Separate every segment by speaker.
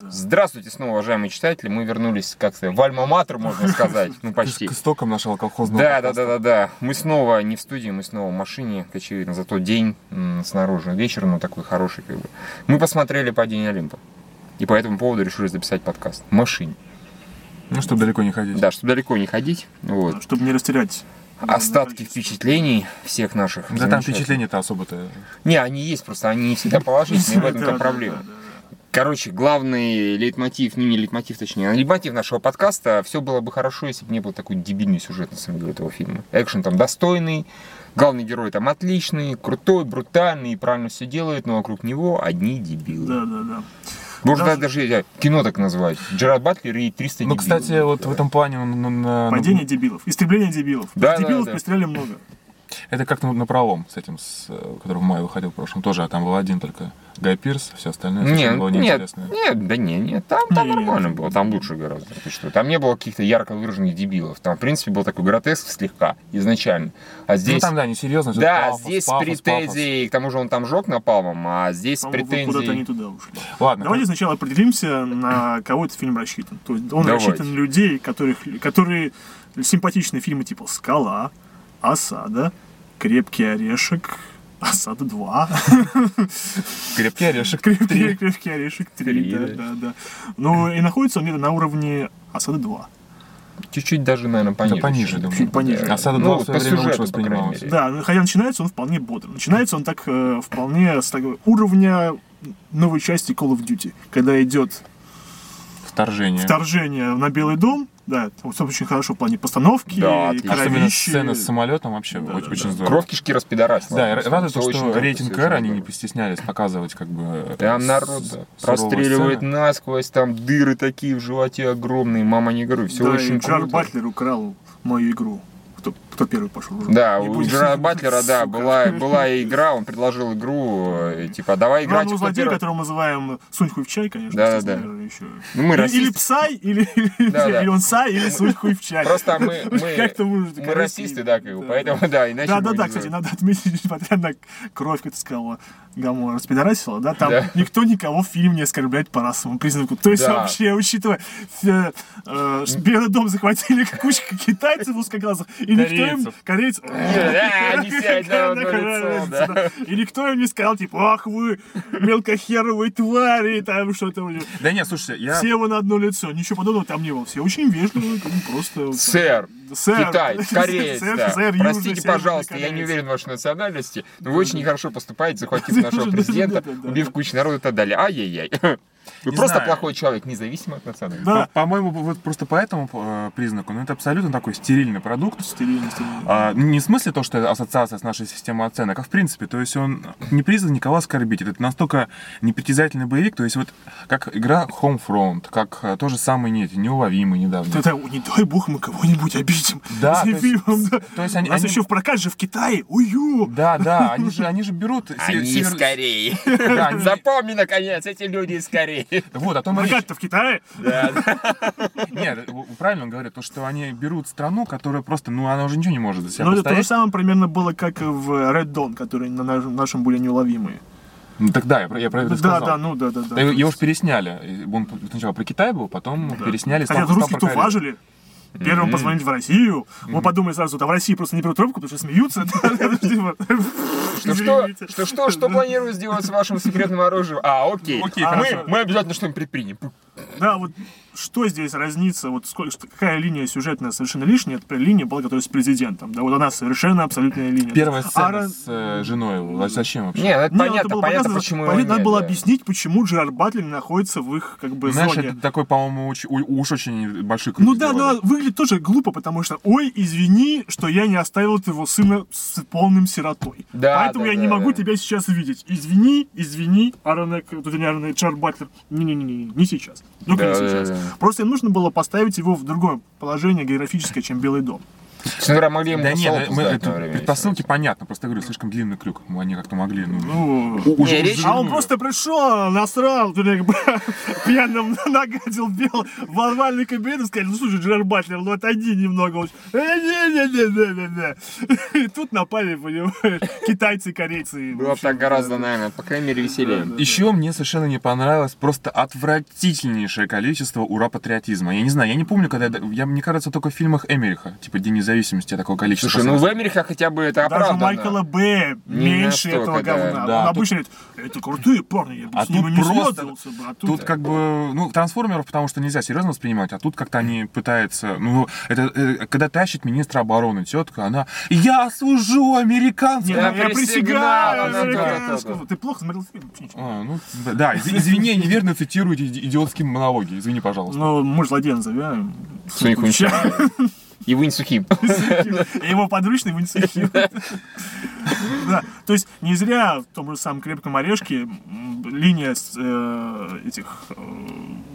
Speaker 1: Здравствуйте снова, уважаемые читатели. Мы вернулись как-то в альма-матер, можно сказать. Ну, почти.
Speaker 2: К истокам нашего колхозного.
Speaker 1: Да, да, да, да, да. Мы снова не в студии, мы снова в машине, как очевидно. Зато день м, снаружи, вечер, но такой хороший как бы. Мы посмотрели «Падение Олимпа». И по этому поводу решили записать подкаст. В машине.
Speaker 2: Ну, чтобы далеко не ходить.
Speaker 1: Да, чтобы далеко не ходить. Вот.
Speaker 3: Ну, Чтобы не растерять.
Speaker 1: Остатки впечатлений всех наших.
Speaker 2: Да там
Speaker 1: замечательных.
Speaker 2: впечатления-то особо-то.
Speaker 1: Не, они есть, просто они не всегда положительные, в этом-то проблема. Короче, главный лейтмотив, не, не лейтмотив, точнее, а лейтмотив нашего подкаста, все было бы хорошо, если бы не был такой дебильный сюжет, на самом деле, этого фильма. Экшен там достойный, главный герой там отличный, крутой, брутальный, и правильно все делает, но вокруг него одни дебилы.
Speaker 3: Да, да, да.
Speaker 1: Можно
Speaker 3: Даже-
Speaker 1: даже я- кино так назвать. Джерард Батлер и 300
Speaker 2: Ну,
Speaker 1: дебилов.
Speaker 2: кстати, вот в этом плане он- он, э,
Speaker 3: Падение дебилов. Истребление дебилов.
Speaker 1: А, ну, Да, да,
Speaker 3: дебилов
Speaker 1: да.
Speaker 3: постреляли много.
Speaker 2: Это как на, на правом с этим, с, э, который в мае выходил в прошлом тоже, а там был один только Гай Пирс, все остальное
Speaker 1: Нет,
Speaker 2: совсем А было
Speaker 1: нет,
Speaker 2: неинтересно. Ну,
Speaker 1: нет, да не, нет, там, там
Speaker 3: Не-не.
Speaker 1: нормально было, там лучше гораздо. Ты что? Там не было каких-то ярко выраженных дебилов. Там, в принципе, был такой гротеск слегка изначально. А здесь...
Speaker 2: Ну там, да, несерьезно. всё
Speaker 1: Да,
Speaker 2: пафос,
Speaker 1: здесь
Speaker 2: пафос,
Speaker 1: претензии, к тому же он там жег напалмом, а здесь
Speaker 3: По-моему, вы куда-то не
Speaker 1: претензии...
Speaker 3: туда ушли.
Speaker 2: пафос. Ладно,
Speaker 3: Давайте сначала определимся, на кого этот фильм рассчитан. То есть он
Speaker 1: Давайте.
Speaker 3: рассчитан на людей, которых, которые симпатичные фильмы типа «Скала», «Осада», «Крепкий орешек», «Осада 2»,
Speaker 2: крепкий орешек.
Speaker 3: «Крепкий, крепкий орешек 3»,
Speaker 1: Три,
Speaker 3: да,
Speaker 1: да.
Speaker 3: да, да. Ну и находится он где-то на уровне «Осада 2».
Speaker 1: Чуть-чуть даже, наверное, пониже.
Speaker 2: пониже,
Speaker 1: чуть-чуть.
Speaker 2: думаю.
Speaker 3: Чуть пониже.
Speaker 1: Да.
Speaker 2: «Осада
Speaker 1: Ну,
Speaker 2: 2» в
Speaker 1: вот
Speaker 2: своё
Speaker 1: по
Speaker 2: время лучше
Speaker 1: сюжету, по крайней
Speaker 2: воспринималась.
Speaker 1: мере.
Speaker 3: Да, ну, хотя начинается он вполне бодро. Начинается он так э, вполне с такого уровня новой части Call of Duty, когда идет
Speaker 2: Вторжение.
Speaker 3: вторжение на Белый дом, да, там всё очень хорошо в плане постановки,
Speaker 1: Да,
Speaker 3: и
Speaker 1: отлично.
Speaker 2: Особенно
Speaker 3: кровищи.
Speaker 2: сцена с самолетом вообще
Speaker 3: Да,
Speaker 2: очень,
Speaker 3: да,
Speaker 2: очень
Speaker 3: да.
Speaker 2: здорово.
Speaker 1: Кровь кишки распидорасила.
Speaker 2: Да, и
Speaker 1: Просто
Speaker 2: радует то,
Speaker 1: всё очень
Speaker 2: что
Speaker 1: круто,
Speaker 2: рейтинг
Speaker 1: всё очень
Speaker 2: R они не
Speaker 1: здорово.
Speaker 2: постеснялись показывать как бы... э,
Speaker 1: Там
Speaker 2: с-
Speaker 1: народ
Speaker 2: суровые
Speaker 1: простреливает
Speaker 2: сцены.
Speaker 1: насквозь, там дыры такие в животе огромные, мама не горюй, все
Speaker 3: да,
Speaker 1: очень
Speaker 3: и Джаред
Speaker 1: круто.
Speaker 3: Батлер украл мою игру. Кто, кто первый пошел? уже?
Speaker 1: Да,
Speaker 3: Не
Speaker 1: у
Speaker 3: будем. ну,
Speaker 1: Джерарда Батлера, да,
Speaker 3: Сука.
Speaker 1: была, была игра, он предложил игру, э, типа, давай играть.
Speaker 3: Главного
Speaker 1: кто
Speaker 3: злодея,
Speaker 1: первый.
Speaker 3: которого мы называем Суньху в чай, конечно.
Speaker 1: Да, да,
Speaker 3: естественно,
Speaker 1: да.
Speaker 3: же еще.
Speaker 1: Ну, мы
Speaker 3: Или-
Speaker 1: расисты.
Speaker 3: Или Псай, или, или,
Speaker 1: Да, да.
Speaker 3: или он Сай, или Суньху в чай.
Speaker 1: Просто мы,
Speaker 3: Как-то
Speaker 1: мы,
Speaker 3: мы,
Speaker 1: мы расисты, да, как бы, поэтому, да, иначе
Speaker 3: Да,
Speaker 1: мы
Speaker 3: да,
Speaker 1: не
Speaker 3: да, кстати,
Speaker 1: знаем.
Speaker 3: надо отметить, несмотря на кровь, как ты сказала, Гамора распидорасила, да, там
Speaker 1: Да.
Speaker 3: никто никого в фильме не оскорбляет по расовому признаку. То есть
Speaker 1: Да.
Speaker 3: вообще, учитывая, э, э, что Белый дом захватили кучка китайцев узкоглазых, и никто им...
Speaker 2: Корейцев.
Speaker 3: Корейцев.
Speaker 1: Да, не сядь э, на одно лицо, да.
Speaker 3: И никто им не сказал, типа, ах вы, мелкохеровые твари, там что-то. у них.
Speaker 2: Да нет, слушайте, я...
Speaker 3: Все вы на одно лицо, ничего подобного там не было. Все очень вежливые, как бы просто...
Speaker 1: Сэр,
Speaker 3: Сэр,
Speaker 1: Китай, кореец,
Speaker 3: сэр,
Speaker 1: да.
Speaker 3: сэр, южный,
Speaker 1: Простите,
Speaker 3: северный
Speaker 1: пожалуйста, я не
Speaker 3: кореец.
Speaker 1: уверен в вашей национальности, но вы очень нехорошо поступаете, захватив нашего
Speaker 3: Да, да,
Speaker 1: президента,
Speaker 3: да, да, да.
Speaker 1: убив кучу народа и так далее. Ай-яй-яй. Вы
Speaker 2: Не
Speaker 1: просто
Speaker 2: знаю.
Speaker 1: плохой человек, независимо от национальности.
Speaker 3: Да.
Speaker 2: По- По-моему, вот просто по этому э, признаку, ну это абсолютно такой стерильный продукт.
Speaker 3: Стерильно, стерильно.
Speaker 2: А, не в смысле то, что это ассоциация с нашей системой оценок, а в принципе, то есть он не призван никого оскорбить. Это настолько непритязательный боевик, то есть вот как игра Homefront, как э, то же самое нет, неуловимый недавно.
Speaker 3: Да, да, не дай бог мы кого-нибудь обидим
Speaker 2: Да,
Speaker 3: этим
Speaker 2: то есть-
Speaker 3: фильмом, да.
Speaker 2: то есть они-
Speaker 3: У нас
Speaker 2: они-
Speaker 3: еще в прокат же в Китае, ую!
Speaker 2: Да, да, они же, они же берут... се-
Speaker 1: Они
Speaker 2: север-
Speaker 1: скорее.
Speaker 2: Да, они-
Speaker 1: Запомни, наконец, эти люди скорее.
Speaker 2: Вот, а о том и речь.
Speaker 3: Прокат-то в Китае?
Speaker 2: Нет, у- правильно он говорит, то, что они берут страну, которая просто, ну, она уже ничего не может за себя
Speaker 3: Ну, это то же
Speaker 2: постоять.
Speaker 3: самое примерно было, как и в Red Dawn, которые на нашем, нашем были неуловимые.
Speaker 2: Ну, так да, я про, я про это
Speaker 3: Да,
Speaker 2: сказал.
Speaker 3: да, ну да, да, да.
Speaker 2: Да, его- Его же пересняли. Э, Он сначала про Китай был, потом пересняли. стал-
Speaker 3: Ну Хотя
Speaker 2: стал
Speaker 3: русские
Speaker 2: про Корею.
Speaker 3: туфажили. Первым позвонить в Россию. Мы подумали сразу, да в России просто не берут трубку, потому что смеются.
Speaker 1: Что, Ну что, что, что, что планируют сделать с вашим секретным оружием? А, окей.
Speaker 2: Окей,
Speaker 1: А мы,
Speaker 2: хорошо.
Speaker 1: мы обязательно что-нибудь предпримем.
Speaker 3: Да, вот что здесь разница, вот сколько, что- какая линия сюжетная совершенно лишняя, это прям линия была, которая с президентом, да, вот она совершенно абсолютная линия.
Speaker 2: Первая
Speaker 3: А
Speaker 2: сцена
Speaker 3: раз-
Speaker 2: с э, женой его. А Зачем вообще?
Speaker 1: Нет, это
Speaker 3: Не, ну, это
Speaker 1: понятно,
Speaker 3: было
Speaker 1: понятно,
Speaker 3: показано,
Speaker 1: почему его
Speaker 3: понятно, надо
Speaker 1: нет,
Speaker 3: было
Speaker 1: да.
Speaker 3: объяснить, почему Джерард Батлер находится в их, как бы,
Speaker 2: Знаешь,
Speaker 3: зоне.
Speaker 2: это такой, по-моему, уч- у- уж очень большой круг.
Speaker 3: Ну да, но
Speaker 2: сделали.
Speaker 3: выглядит тоже глупо, потому что, ой, извини, что я не оставил твоего сына с полным сиротой.
Speaker 1: Да,
Speaker 3: Поэтому
Speaker 1: да,
Speaker 3: я
Speaker 1: да,
Speaker 3: не могу
Speaker 1: да.
Speaker 3: тебя сейчас видеть. Извини, извини, э, Арон, не Арон, Джерард Батлер. Не-не-не, не сейчас. Ну-ка
Speaker 1: Да,
Speaker 3: не
Speaker 1: да,
Speaker 3: сейчас.
Speaker 1: да.
Speaker 3: Просто им нужно было поставить его в другое положение географическое, чем Белый дом.
Speaker 1: Честно говоря, могли ему
Speaker 2: Да нет,
Speaker 1: салопу
Speaker 2: мы,
Speaker 1: сдать
Speaker 2: это
Speaker 1: на время еще.
Speaker 2: предпосылки понятно, просто говорю, слишком длинный крюк, они как-то могли, ну,
Speaker 3: Ну,
Speaker 1: Не,
Speaker 2: уже
Speaker 1: речь-
Speaker 3: а он
Speaker 2: жирную.
Speaker 3: просто пришел, насрал, ты как бы, пьяным нагадил, бел в овальный кабинет и сказали, ну слушай, Джерар Батлер, ну отойди немного. Он, «Э, не-не-не-не-не-не. И тут напали, понимаешь, китайцы, корейцы. э,
Speaker 1: Было бы так гораздо, наверное, по крайней мере, веселее.
Speaker 3: Да, да.
Speaker 2: Еще мне совершенно не понравилось просто отвратительнейшее количество ура-патриотизма. Я не знаю, я не помню, когда... я- Я, мне кажется, только в фильмах Эмериха, типа День независимости, я такое количество.
Speaker 1: Слушай, ну в
Speaker 2: смотрел.
Speaker 1: Америке хотя бы это
Speaker 3: Даже у
Speaker 1: оправдано.
Speaker 3: Майкла Б.
Speaker 1: Не
Speaker 3: меньше
Speaker 1: настолько,
Speaker 3: этого
Speaker 1: да.
Speaker 3: говна.
Speaker 2: Да,
Speaker 3: он
Speaker 2: тут-
Speaker 3: обычно говорит, это крутые парни, я бы
Speaker 2: А
Speaker 3: с ними
Speaker 2: тут
Speaker 3: не
Speaker 2: просто-
Speaker 3: связывался бы. А тут,
Speaker 2: Тут как бы, ну, трансформеров, потому что нельзя серьезно воспринимать, а тут как-то они пытаются, ну, это, э, когда тащит министра обороны тетка, она, я служу
Speaker 3: Не,
Speaker 2: американцам.
Speaker 1: Я
Speaker 3: ну, я
Speaker 1: присягаю,
Speaker 3: присягаю
Speaker 1: она то-то,
Speaker 3: американскому.
Speaker 1: то-то.
Speaker 3: Ты плохо смотрел фильм? Чё, ничего.
Speaker 2: А, ну, да, да, из- извини, я неверно цитирую эти иди- идиотские монологи, извини, пожалуйста.
Speaker 3: Ну, мы злодея назовем.
Speaker 1: Соник
Speaker 3: Сухуча.
Speaker 1: уничтожил. И Винь Сухим.
Speaker 3: Типа, И Его подручный в институте. Да, То есть не зря в том же самом крепком орешке м, линия с, э, этих э,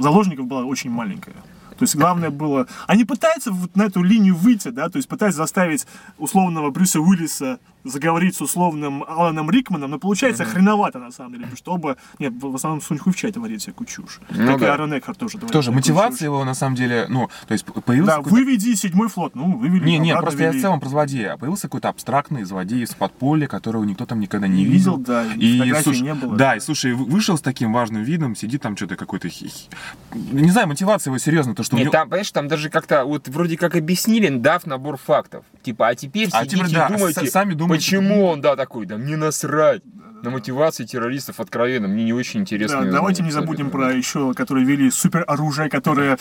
Speaker 3: заложников была очень маленькая. То есть главное было... Они пытаются вот на эту линию выйти, да, то есть пытаются заставить условного Брюса Уиллиса заговорить с условным Аланом Рикманом, но получается хреновато на самом деле, потому что оба... Нет, в основном Сунь Хуй творит всякую чушь.
Speaker 1: Ну
Speaker 3: как и
Speaker 1: да.
Speaker 3: Аарон Экхарт тоже творит
Speaker 2: Тоже
Speaker 3: всякую
Speaker 2: мотивация
Speaker 3: чушь.
Speaker 2: его, на самом деле, ну, то есть появился
Speaker 3: Да,
Speaker 2: какой-то-
Speaker 3: выведи седьмой флот, ну, вывели.
Speaker 2: Не, не,
Speaker 3: обратно
Speaker 2: просто я в
Speaker 3: вели.
Speaker 2: целом про злодея. Появился какой-то абстрактный злодей из подполья, которого никто там никогда не
Speaker 3: Не видел,
Speaker 2: видел.
Speaker 3: да, и фотографий
Speaker 2: слушай,
Speaker 3: не было.
Speaker 2: Да, и слушай, вы- вышел с таким важным видом, сидит там что-то какой-то хихи. Не знаю, мотивация его серьезно, то, что у
Speaker 1: Нет,
Speaker 2: него-
Speaker 1: там, понимаешь, там даже как-то вот вроде как объяснили, дав набор фактов. Типа, а теперь
Speaker 2: А
Speaker 1: сидите
Speaker 2: теперь, да,
Speaker 1: и думайте,
Speaker 2: с- сами думайте.
Speaker 1: почему он, да, такой, да мне насрать. На мотивации террористов откровенно, мне не очень интересно.
Speaker 3: Да,
Speaker 1: её
Speaker 3: давайте не
Speaker 1: знать,
Speaker 3: забудем
Speaker 1: абсолютно.
Speaker 3: про еще, которые вели супероружие, которое...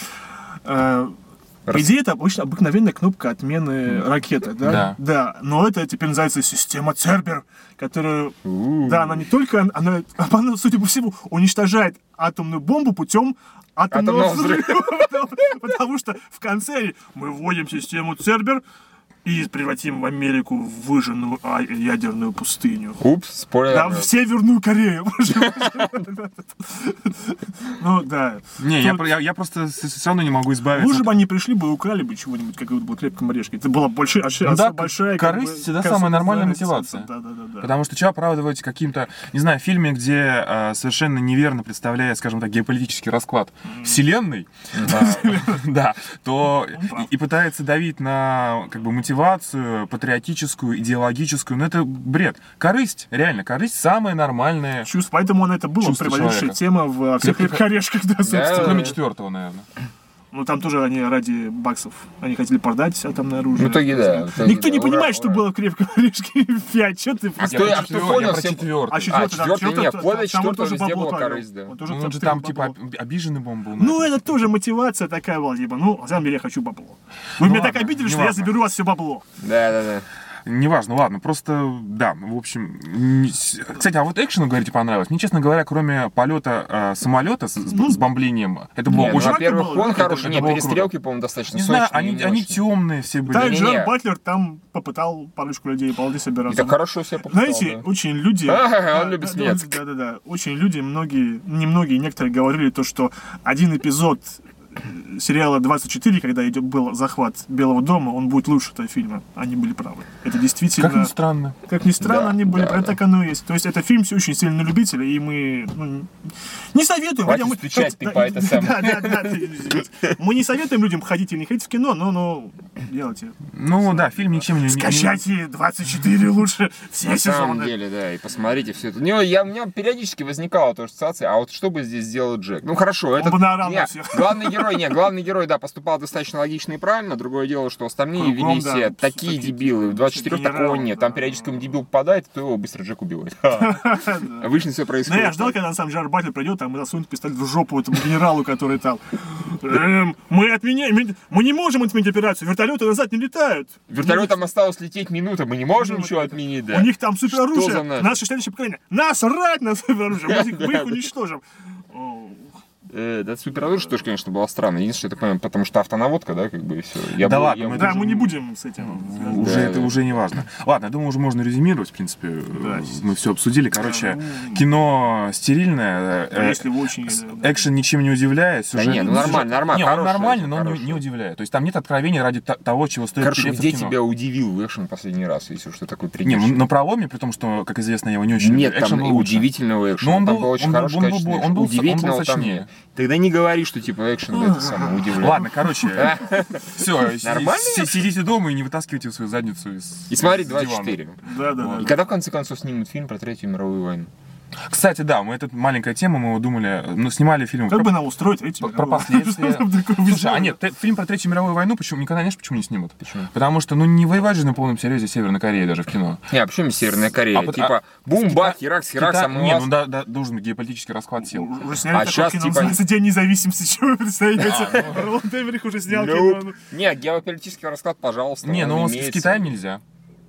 Speaker 3: э, по
Speaker 1: Раз-
Speaker 3: идее, это обычно обыкновенная кнопка отмены ракеты, да?
Speaker 2: Да.
Speaker 3: но это теперь называется система Цербер, которая...
Speaker 1: У.
Speaker 3: Да, она не только... Она, она, судя по всему, уничтожает атомную бомбу путем атомного,
Speaker 1: Атомного взрыва.
Speaker 3: взрыва. Потому- Потому что в конце мы вводим систему Цербер и превратим в Америку в выжженную а, ядерную пустыню.
Speaker 1: Упс, спойлер.
Speaker 3: Да, в Северную Корею. Ну да.
Speaker 2: Не, я,
Speaker 3: Тут-
Speaker 2: про- я- я просто все равно не могу избавиться.
Speaker 3: Лучше
Speaker 2: от-
Speaker 3: бы они пришли бы и украли бы чего-нибудь, как вот был крепком орешке. Это была большая, а
Speaker 2: Ну да,
Speaker 3: большая... как
Speaker 2: корысть
Speaker 3: бы,
Speaker 2: всегда
Speaker 3: касса-
Speaker 2: самая нормальная
Speaker 3: да,
Speaker 2: мотивация.
Speaker 3: Да, да, да, да.
Speaker 2: Потому что что оправдывать каким-то, не знаю, фильме, где э, совершенно неверно представляя, скажем так, геополитический расклад вселенной, да, то
Speaker 3: Он прав.
Speaker 2: и- и пытается давить на как бы мотивацию патриотическую, идеологическую, но это бред. Корысть, реально, корысть самая нормальная.
Speaker 3: Чувств, поэтому она это была
Speaker 2: Чувство
Speaker 3: превалившая
Speaker 2: человека.
Speaker 3: тема в э, всех
Speaker 2: Крепко-
Speaker 3: крепких орешках, да, собственно.
Speaker 2: Кроме четвертого, наверное.
Speaker 3: Ну там тоже они ради баксов, они хотели продать атомное оружие.
Speaker 1: В итоге да. в итоге
Speaker 3: Никто
Speaker 1: да.
Speaker 3: не
Speaker 1: Ура,
Speaker 3: понимает, что
Speaker 1: ура.
Speaker 3: было в крепком орешке 5, что ты...
Speaker 1: А кто,
Speaker 2: про
Speaker 1: а кто
Speaker 2: четвёр-
Speaker 1: понял,
Speaker 2: я про
Speaker 1: всем-
Speaker 2: четвёртый.
Speaker 3: А четвертый, да,
Speaker 1: четвёртый
Speaker 3: четвёртый,
Speaker 1: нет,
Speaker 3: там-
Speaker 1: подле
Speaker 3: там он
Speaker 1: четвёртого
Speaker 3: тоже
Speaker 1: везде
Speaker 3: бабло
Speaker 1: была
Speaker 3: творил.
Speaker 1: корысть, да.
Speaker 3: Он тоже
Speaker 2: Ну, он же
Speaker 3: творил
Speaker 2: там типа
Speaker 3: бабло.
Speaker 2: об- обиженный бомбу.
Speaker 3: Ну, это тоже мотивация такая была, типа, ну, на самом деле я хочу бабло. Вы
Speaker 2: Ну
Speaker 3: меня так
Speaker 2: ладно,
Speaker 3: обидели,
Speaker 2: не
Speaker 3: что я
Speaker 2: важно.
Speaker 3: заберу у вас все бабло.
Speaker 1: Да, да, да.
Speaker 2: Неважно, ладно, просто, да, в общем... не с- Кстати, а вот экшену, говорите, понравилось? Мне, честно говоря, кроме полета э, самолета с, с-
Speaker 3: Ну,
Speaker 2: с бомблением, это было
Speaker 1: Не, ну,
Speaker 2: очень...
Speaker 3: жутко
Speaker 1: во-первых,
Speaker 3: было,
Speaker 1: он
Speaker 3: это-
Speaker 1: хороший.
Speaker 2: это
Speaker 1: Нет,
Speaker 2: было
Speaker 1: перестрелки, по-моему, достаточно
Speaker 2: Не знаю,
Speaker 1: сочные,
Speaker 2: они,
Speaker 1: не
Speaker 2: они
Speaker 1: очень.
Speaker 2: темные все были.
Speaker 3: Да, и
Speaker 1: Не-не-не.
Speaker 3: Джон Батлер там попытал парочку людей балды собираться.
Speaker 1: Это хорошо себя попытал,
Speaker 3: Знаете,
Speaker 1: да.
Speaker 3: очень люди...
Speaker 1: Ага, он любит
Speaker 3: да,
Speaker 1: смеяться.
Speaker 3: Да, да, да. Очень люди, многие, не многие, некоторые говорили то, что один эпизод э, сериала 24, когда идет, был захват Белого дома, он будет лучше этого фильма. Они были правы. Это действительно...
Speaker 2: Как ни странно.
Speaker 3: Как ни странно,
Speaker 1: Да,
Speaker 3: они были,
Speaker 1: да,
Speaker 3: прям
Speaker 1: да.
Speaker 3: так оно и есть. То есть это фильм все очень сильно на любителя, и мы ну, не советуем.
Speaker 1: Хватит
Speaker 3: хотя мы-
Speaker 1: стучать,
Speaker 3: хотя-
Speaker 1: ты по это сам.
Speaker 3: Да, да, да, ты- извините. Мы не советуем людям ходить или не ходить в кино, но, но делайте.
Speaker 2: Ну да, фильм ничем не... не-
Speaker 3: Скачайте 24 лучше все
Speaker 1: На самом
Speaker 3: сезоны.
Speaker 1: деле, да, и посмотрите все это. Не, я, у меня периодически возникала тоже ассоциация, а вот что бы здесь сделал Джек? Ну хорошо, это...
Speaker 3: бы наорал на
Speaker 1: не,
Speaker 3: всех.
Speaker 1: главный герой, не, главный герой, да, поступал достаточно логично и правильно, другое дело, что остальные
Speaker 3: Кругом,
Speaker 1: вели
Speaker 3: да,
Speaker 1: все
Speaker 3: пс,
Speaker 1: такие
Speaker 3: такие ну,
Speaker 1: дебилы, в 24 такого
Speaker 3: генералы,
Speaker 1: нет,
Speaker 3: да.
Speaker 1: там периодически он дебил попадает, то его быстро Джек убивает. Ха. Обычно все
Speaker 3: Но
Speaker 1: происходит.
Speaker 3: я ждал,
Speaker 1: так.
Speaker 3: когда на самом деле Джар Батлер придет, там и засунет пистолет в жопу этому генералу, который там. «Эм, мы отменяем, мы не можем отменить операцию, вертолеты назад не летают.
Speaker 1: Вертолетом осталось лететь минута, мы не можем ничего отменить, да.
Speaker 3: У них там супероружие.
Speaker 1: за нафиг?
Speaker 3: Наше следующее поколение. Нас рать на супероружие. Мы их, мы их уничтожим. О,
Speaker 1: Э, Да, супернадурж тоже, конечно, была странно. Единственное, я так понимаю, потому что автонаводка, да, как бы и все. Я
Speaker 2: Да
Speaker 1: был-
Speaker 2: ладно,
Speaker 1: я
Speaker 2: мы
Speaker 1: был-
Speaker 3: Да,
Speaker 2: уже
Speaker 3: мы не
Speaker 2: не-
Speaker 3: будем с этим связываться.
Speaker 2: Уже
Speaker 1: Да.
Speaker 2: это уже не важно. Ладно, я думаю, уже можно резюмировать, в принципе. э,
Speaker 3: Да.
Speaker 2: Мы все обсудили. Короче,
Speaker 3: Ну,
Speaker 2: кино стерильное.
Speaker 3: да,
Speaker 2: э,
Speaker 3: А Если вы очень...
Speaker 2: с-
Speaker 3: да.
Speaker 2: Экшен ничем не удивляет.
Speaker 1: Да
Speaker 2: сюжет-
Speaker 1: нет, ну
Speaker 2: сюжет-
Speaker 1: нормально, нормально,
Speaker 2: Не, он
Speaker 1: хороший,
Speaker 2: нормальный, но он не-
Speaker 1: хороший.
Speaker 2: не удивляет. То есть там нет откровений ради та- того, чего стоит
Speaker 1: Хорошо,
Speaker 2: переться в
Speaker 1: где
Speaker 2: кино.
Speaker 1: тебя удивил экшен последний раз, если уж ты такой
Speaker 2: Не,
Speaker 1: придешь?
Speaker 2: ну, на проломе, при том, что, как известно, я его не очень люблю.
Speaker 1: Нет, там
Speaker 2: Экшен был лучше. Ну,
Speaker 1: удивительного экшена.
Speaker 2: он
Speaker 1: там
Speaker 2: был-
Speaker 1: был очень
Speaker 2: он был-
Speaker 1: хороший
Speaker 2: он был-
Speaker 1: качественный
Speaker 2: он
Speaker 1: экшен.
Speaker 2: был- он был
Speaker 1: Удивительного там
Speaker 2: сочнее. Ну,
Speaker 1: нет. Тогда не говори, что типа экшен да, это самое удивляет.
Speaker 2: Ладно, короче, все,
Speaker 1: Нормально?
Speaker 2: сидите дома и не вытаскивайте свою задницу из
Speaker 1: И смотри
Speaker 2: из дивана.
Speaker 1: 24.
Speaker 3: Да, да,
Speaker 1: И
Speaker 3: да.
Speaker 1: когда в конце концов снимут фильм про Третью мировую войну?
Speaker 2: Кстати, да, мы эту маленькая тема, мы его думали, ну, снимали фильм
Speaker 3: Как
Speaker 2: про-
Speaker 3: бы нам устроить эти... э,
Speaker 2: про, последствия. Слушай, а нет,
Speaker 3: ты...
Speaker 2: т- фильм про Третью мировую войну, почему, никогда, знаешь, почему не снимут?
Speaker 1: Почему?
Speaker 2: Потому что, ну, не воевать же на полном серьезе Северной Кореи даже в кино.
Speaker 1: Не, а почему Северная Корея?
Speaker 2: А пот-
Speaker 1: типа,
Speaker 2: а-
Speaker 1: бум, бах, Ирак, с Ирак,
Speaker 2: Кита-
Speaker 1: со мной
Speaker 2: Не,
Speaker 1: вас.
Speaker 2: ну, да, да, должен быть геополитический расклад сил.
Speaker 3: Уже сняли
Speaker 1: А
Speaker 3: такое
Speaker 1: щас,
Speaker 3: кино,
Speaker 1: типа,
Speaker 3: называется «День независимости», чего вы представляете? Роланд Эмерих уже снял кино.
Speaker 1: Nope.
Speaker 3: ну.
Speaker 1: Не, геополитический расклад, пожалуйста.
Speaker 2: Не,
Speaker 1: он
Speaker 2: ну, с- с
Speaker 1: имеется.
Speaker 2: Китаем нельзя.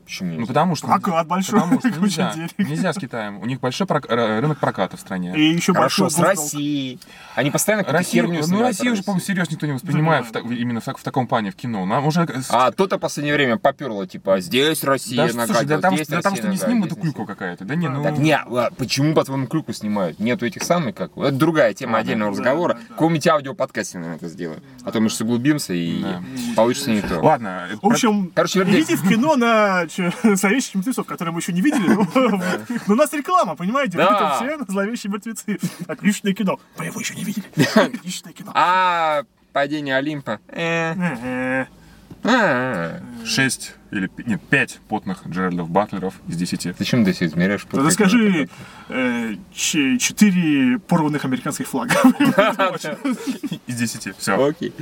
Speaker 1: Почему?
Speaker 2: Ну, потому что...
Speaker 3: Прокат А большой,
Speaker 2: Потому что
Speaker 3: куча
Speaker 2: нельзя,
Speaker 3: денег.
Speaker 2: нельзя с Китаем. У них большой прок- р- рынок проката в
Speaker 3: И
Speaker 2: стране.
Speaker 3: еще
Speaker 1: Хорошо,
Speaker 3: большой
Speaker 1: с
Speaker 3: госдолг.
Speaker 1: Россией. Они постоянно какую-то
Speaker 2: Россию,
Speaker 1: херню
Speaker 2: ну,
Speaker 1: снимают про
Speaker 2: Россию уже, по-моему,
Speaker 1: Россию.
Speaker 2: серьезно никто не воспринимает в
Speaker 3: Понимаю.
Speaker 2: та- именно в, так- в таком плане в кино. Нам уже... с-
Speaker 1: А то-то в последнее время поперло, типа, здесь Россия
Speaker 2: да, слушай,
Speaker 1: нагадила,
Speaker 2: для того,
Speaker 1: здесь
Speaker 2: что, для того,
Speaker 1: Россия
Speaker 2: что не
Speaker 1: нагадила,
Speaker 2: снимут,
Speaker 1: здесь
Speaker 2: это
Speaker 1: не
Speaker 2: клюква какая-то. Да не,
Speaker 3: Да.
Speaker 2: ну...
Speaker 1: Так не, а почему, по-твоему, клюку снимают? Нету этих самых, как? Это другая тема
Speaker 2: Ладно.
Speaker 1: отдельного
Speaker 3: Да,
Speaker 1: разговора.
Speaker 3: да, да.
Speaker 1: Какой-нибудь аудиоподкасте, наверное, это сделаем. А то мы же углубимся и
Speaker 2: Да.
Speaker 1: получится не то.
Speaker 2: Ладно.
Speaker 3: В общем,
Speaker 1: Короче, вернись.
Speaker 3: идите в кино на ч- «Зловещих мертвецов», которые мы еще не видели. но- Но у нас реклама, понимаете?
Speaker 1: Да.
Speaker 3: Мы там все на «Зловещие мертвецы». Отличное кино. Мы его еще не видели. Отличное кино.
Speaker 1: А падение Олимпа? Э,
Speaker 3: Э-э.
Speaker 1: а.
Speaker 2: 6 или пи- нет, 5 потных Джеральдов Батлеров из 10.
Speaker 1: Зачем ты все измеряешь?
Speaker 3: Расскажи э, ч- четыре порванных американских флага.
Speaker 2: Из 10. Все.
Speaker 1: Окей.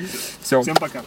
Speaker 1: Все.
Speaker 3: Всем пока.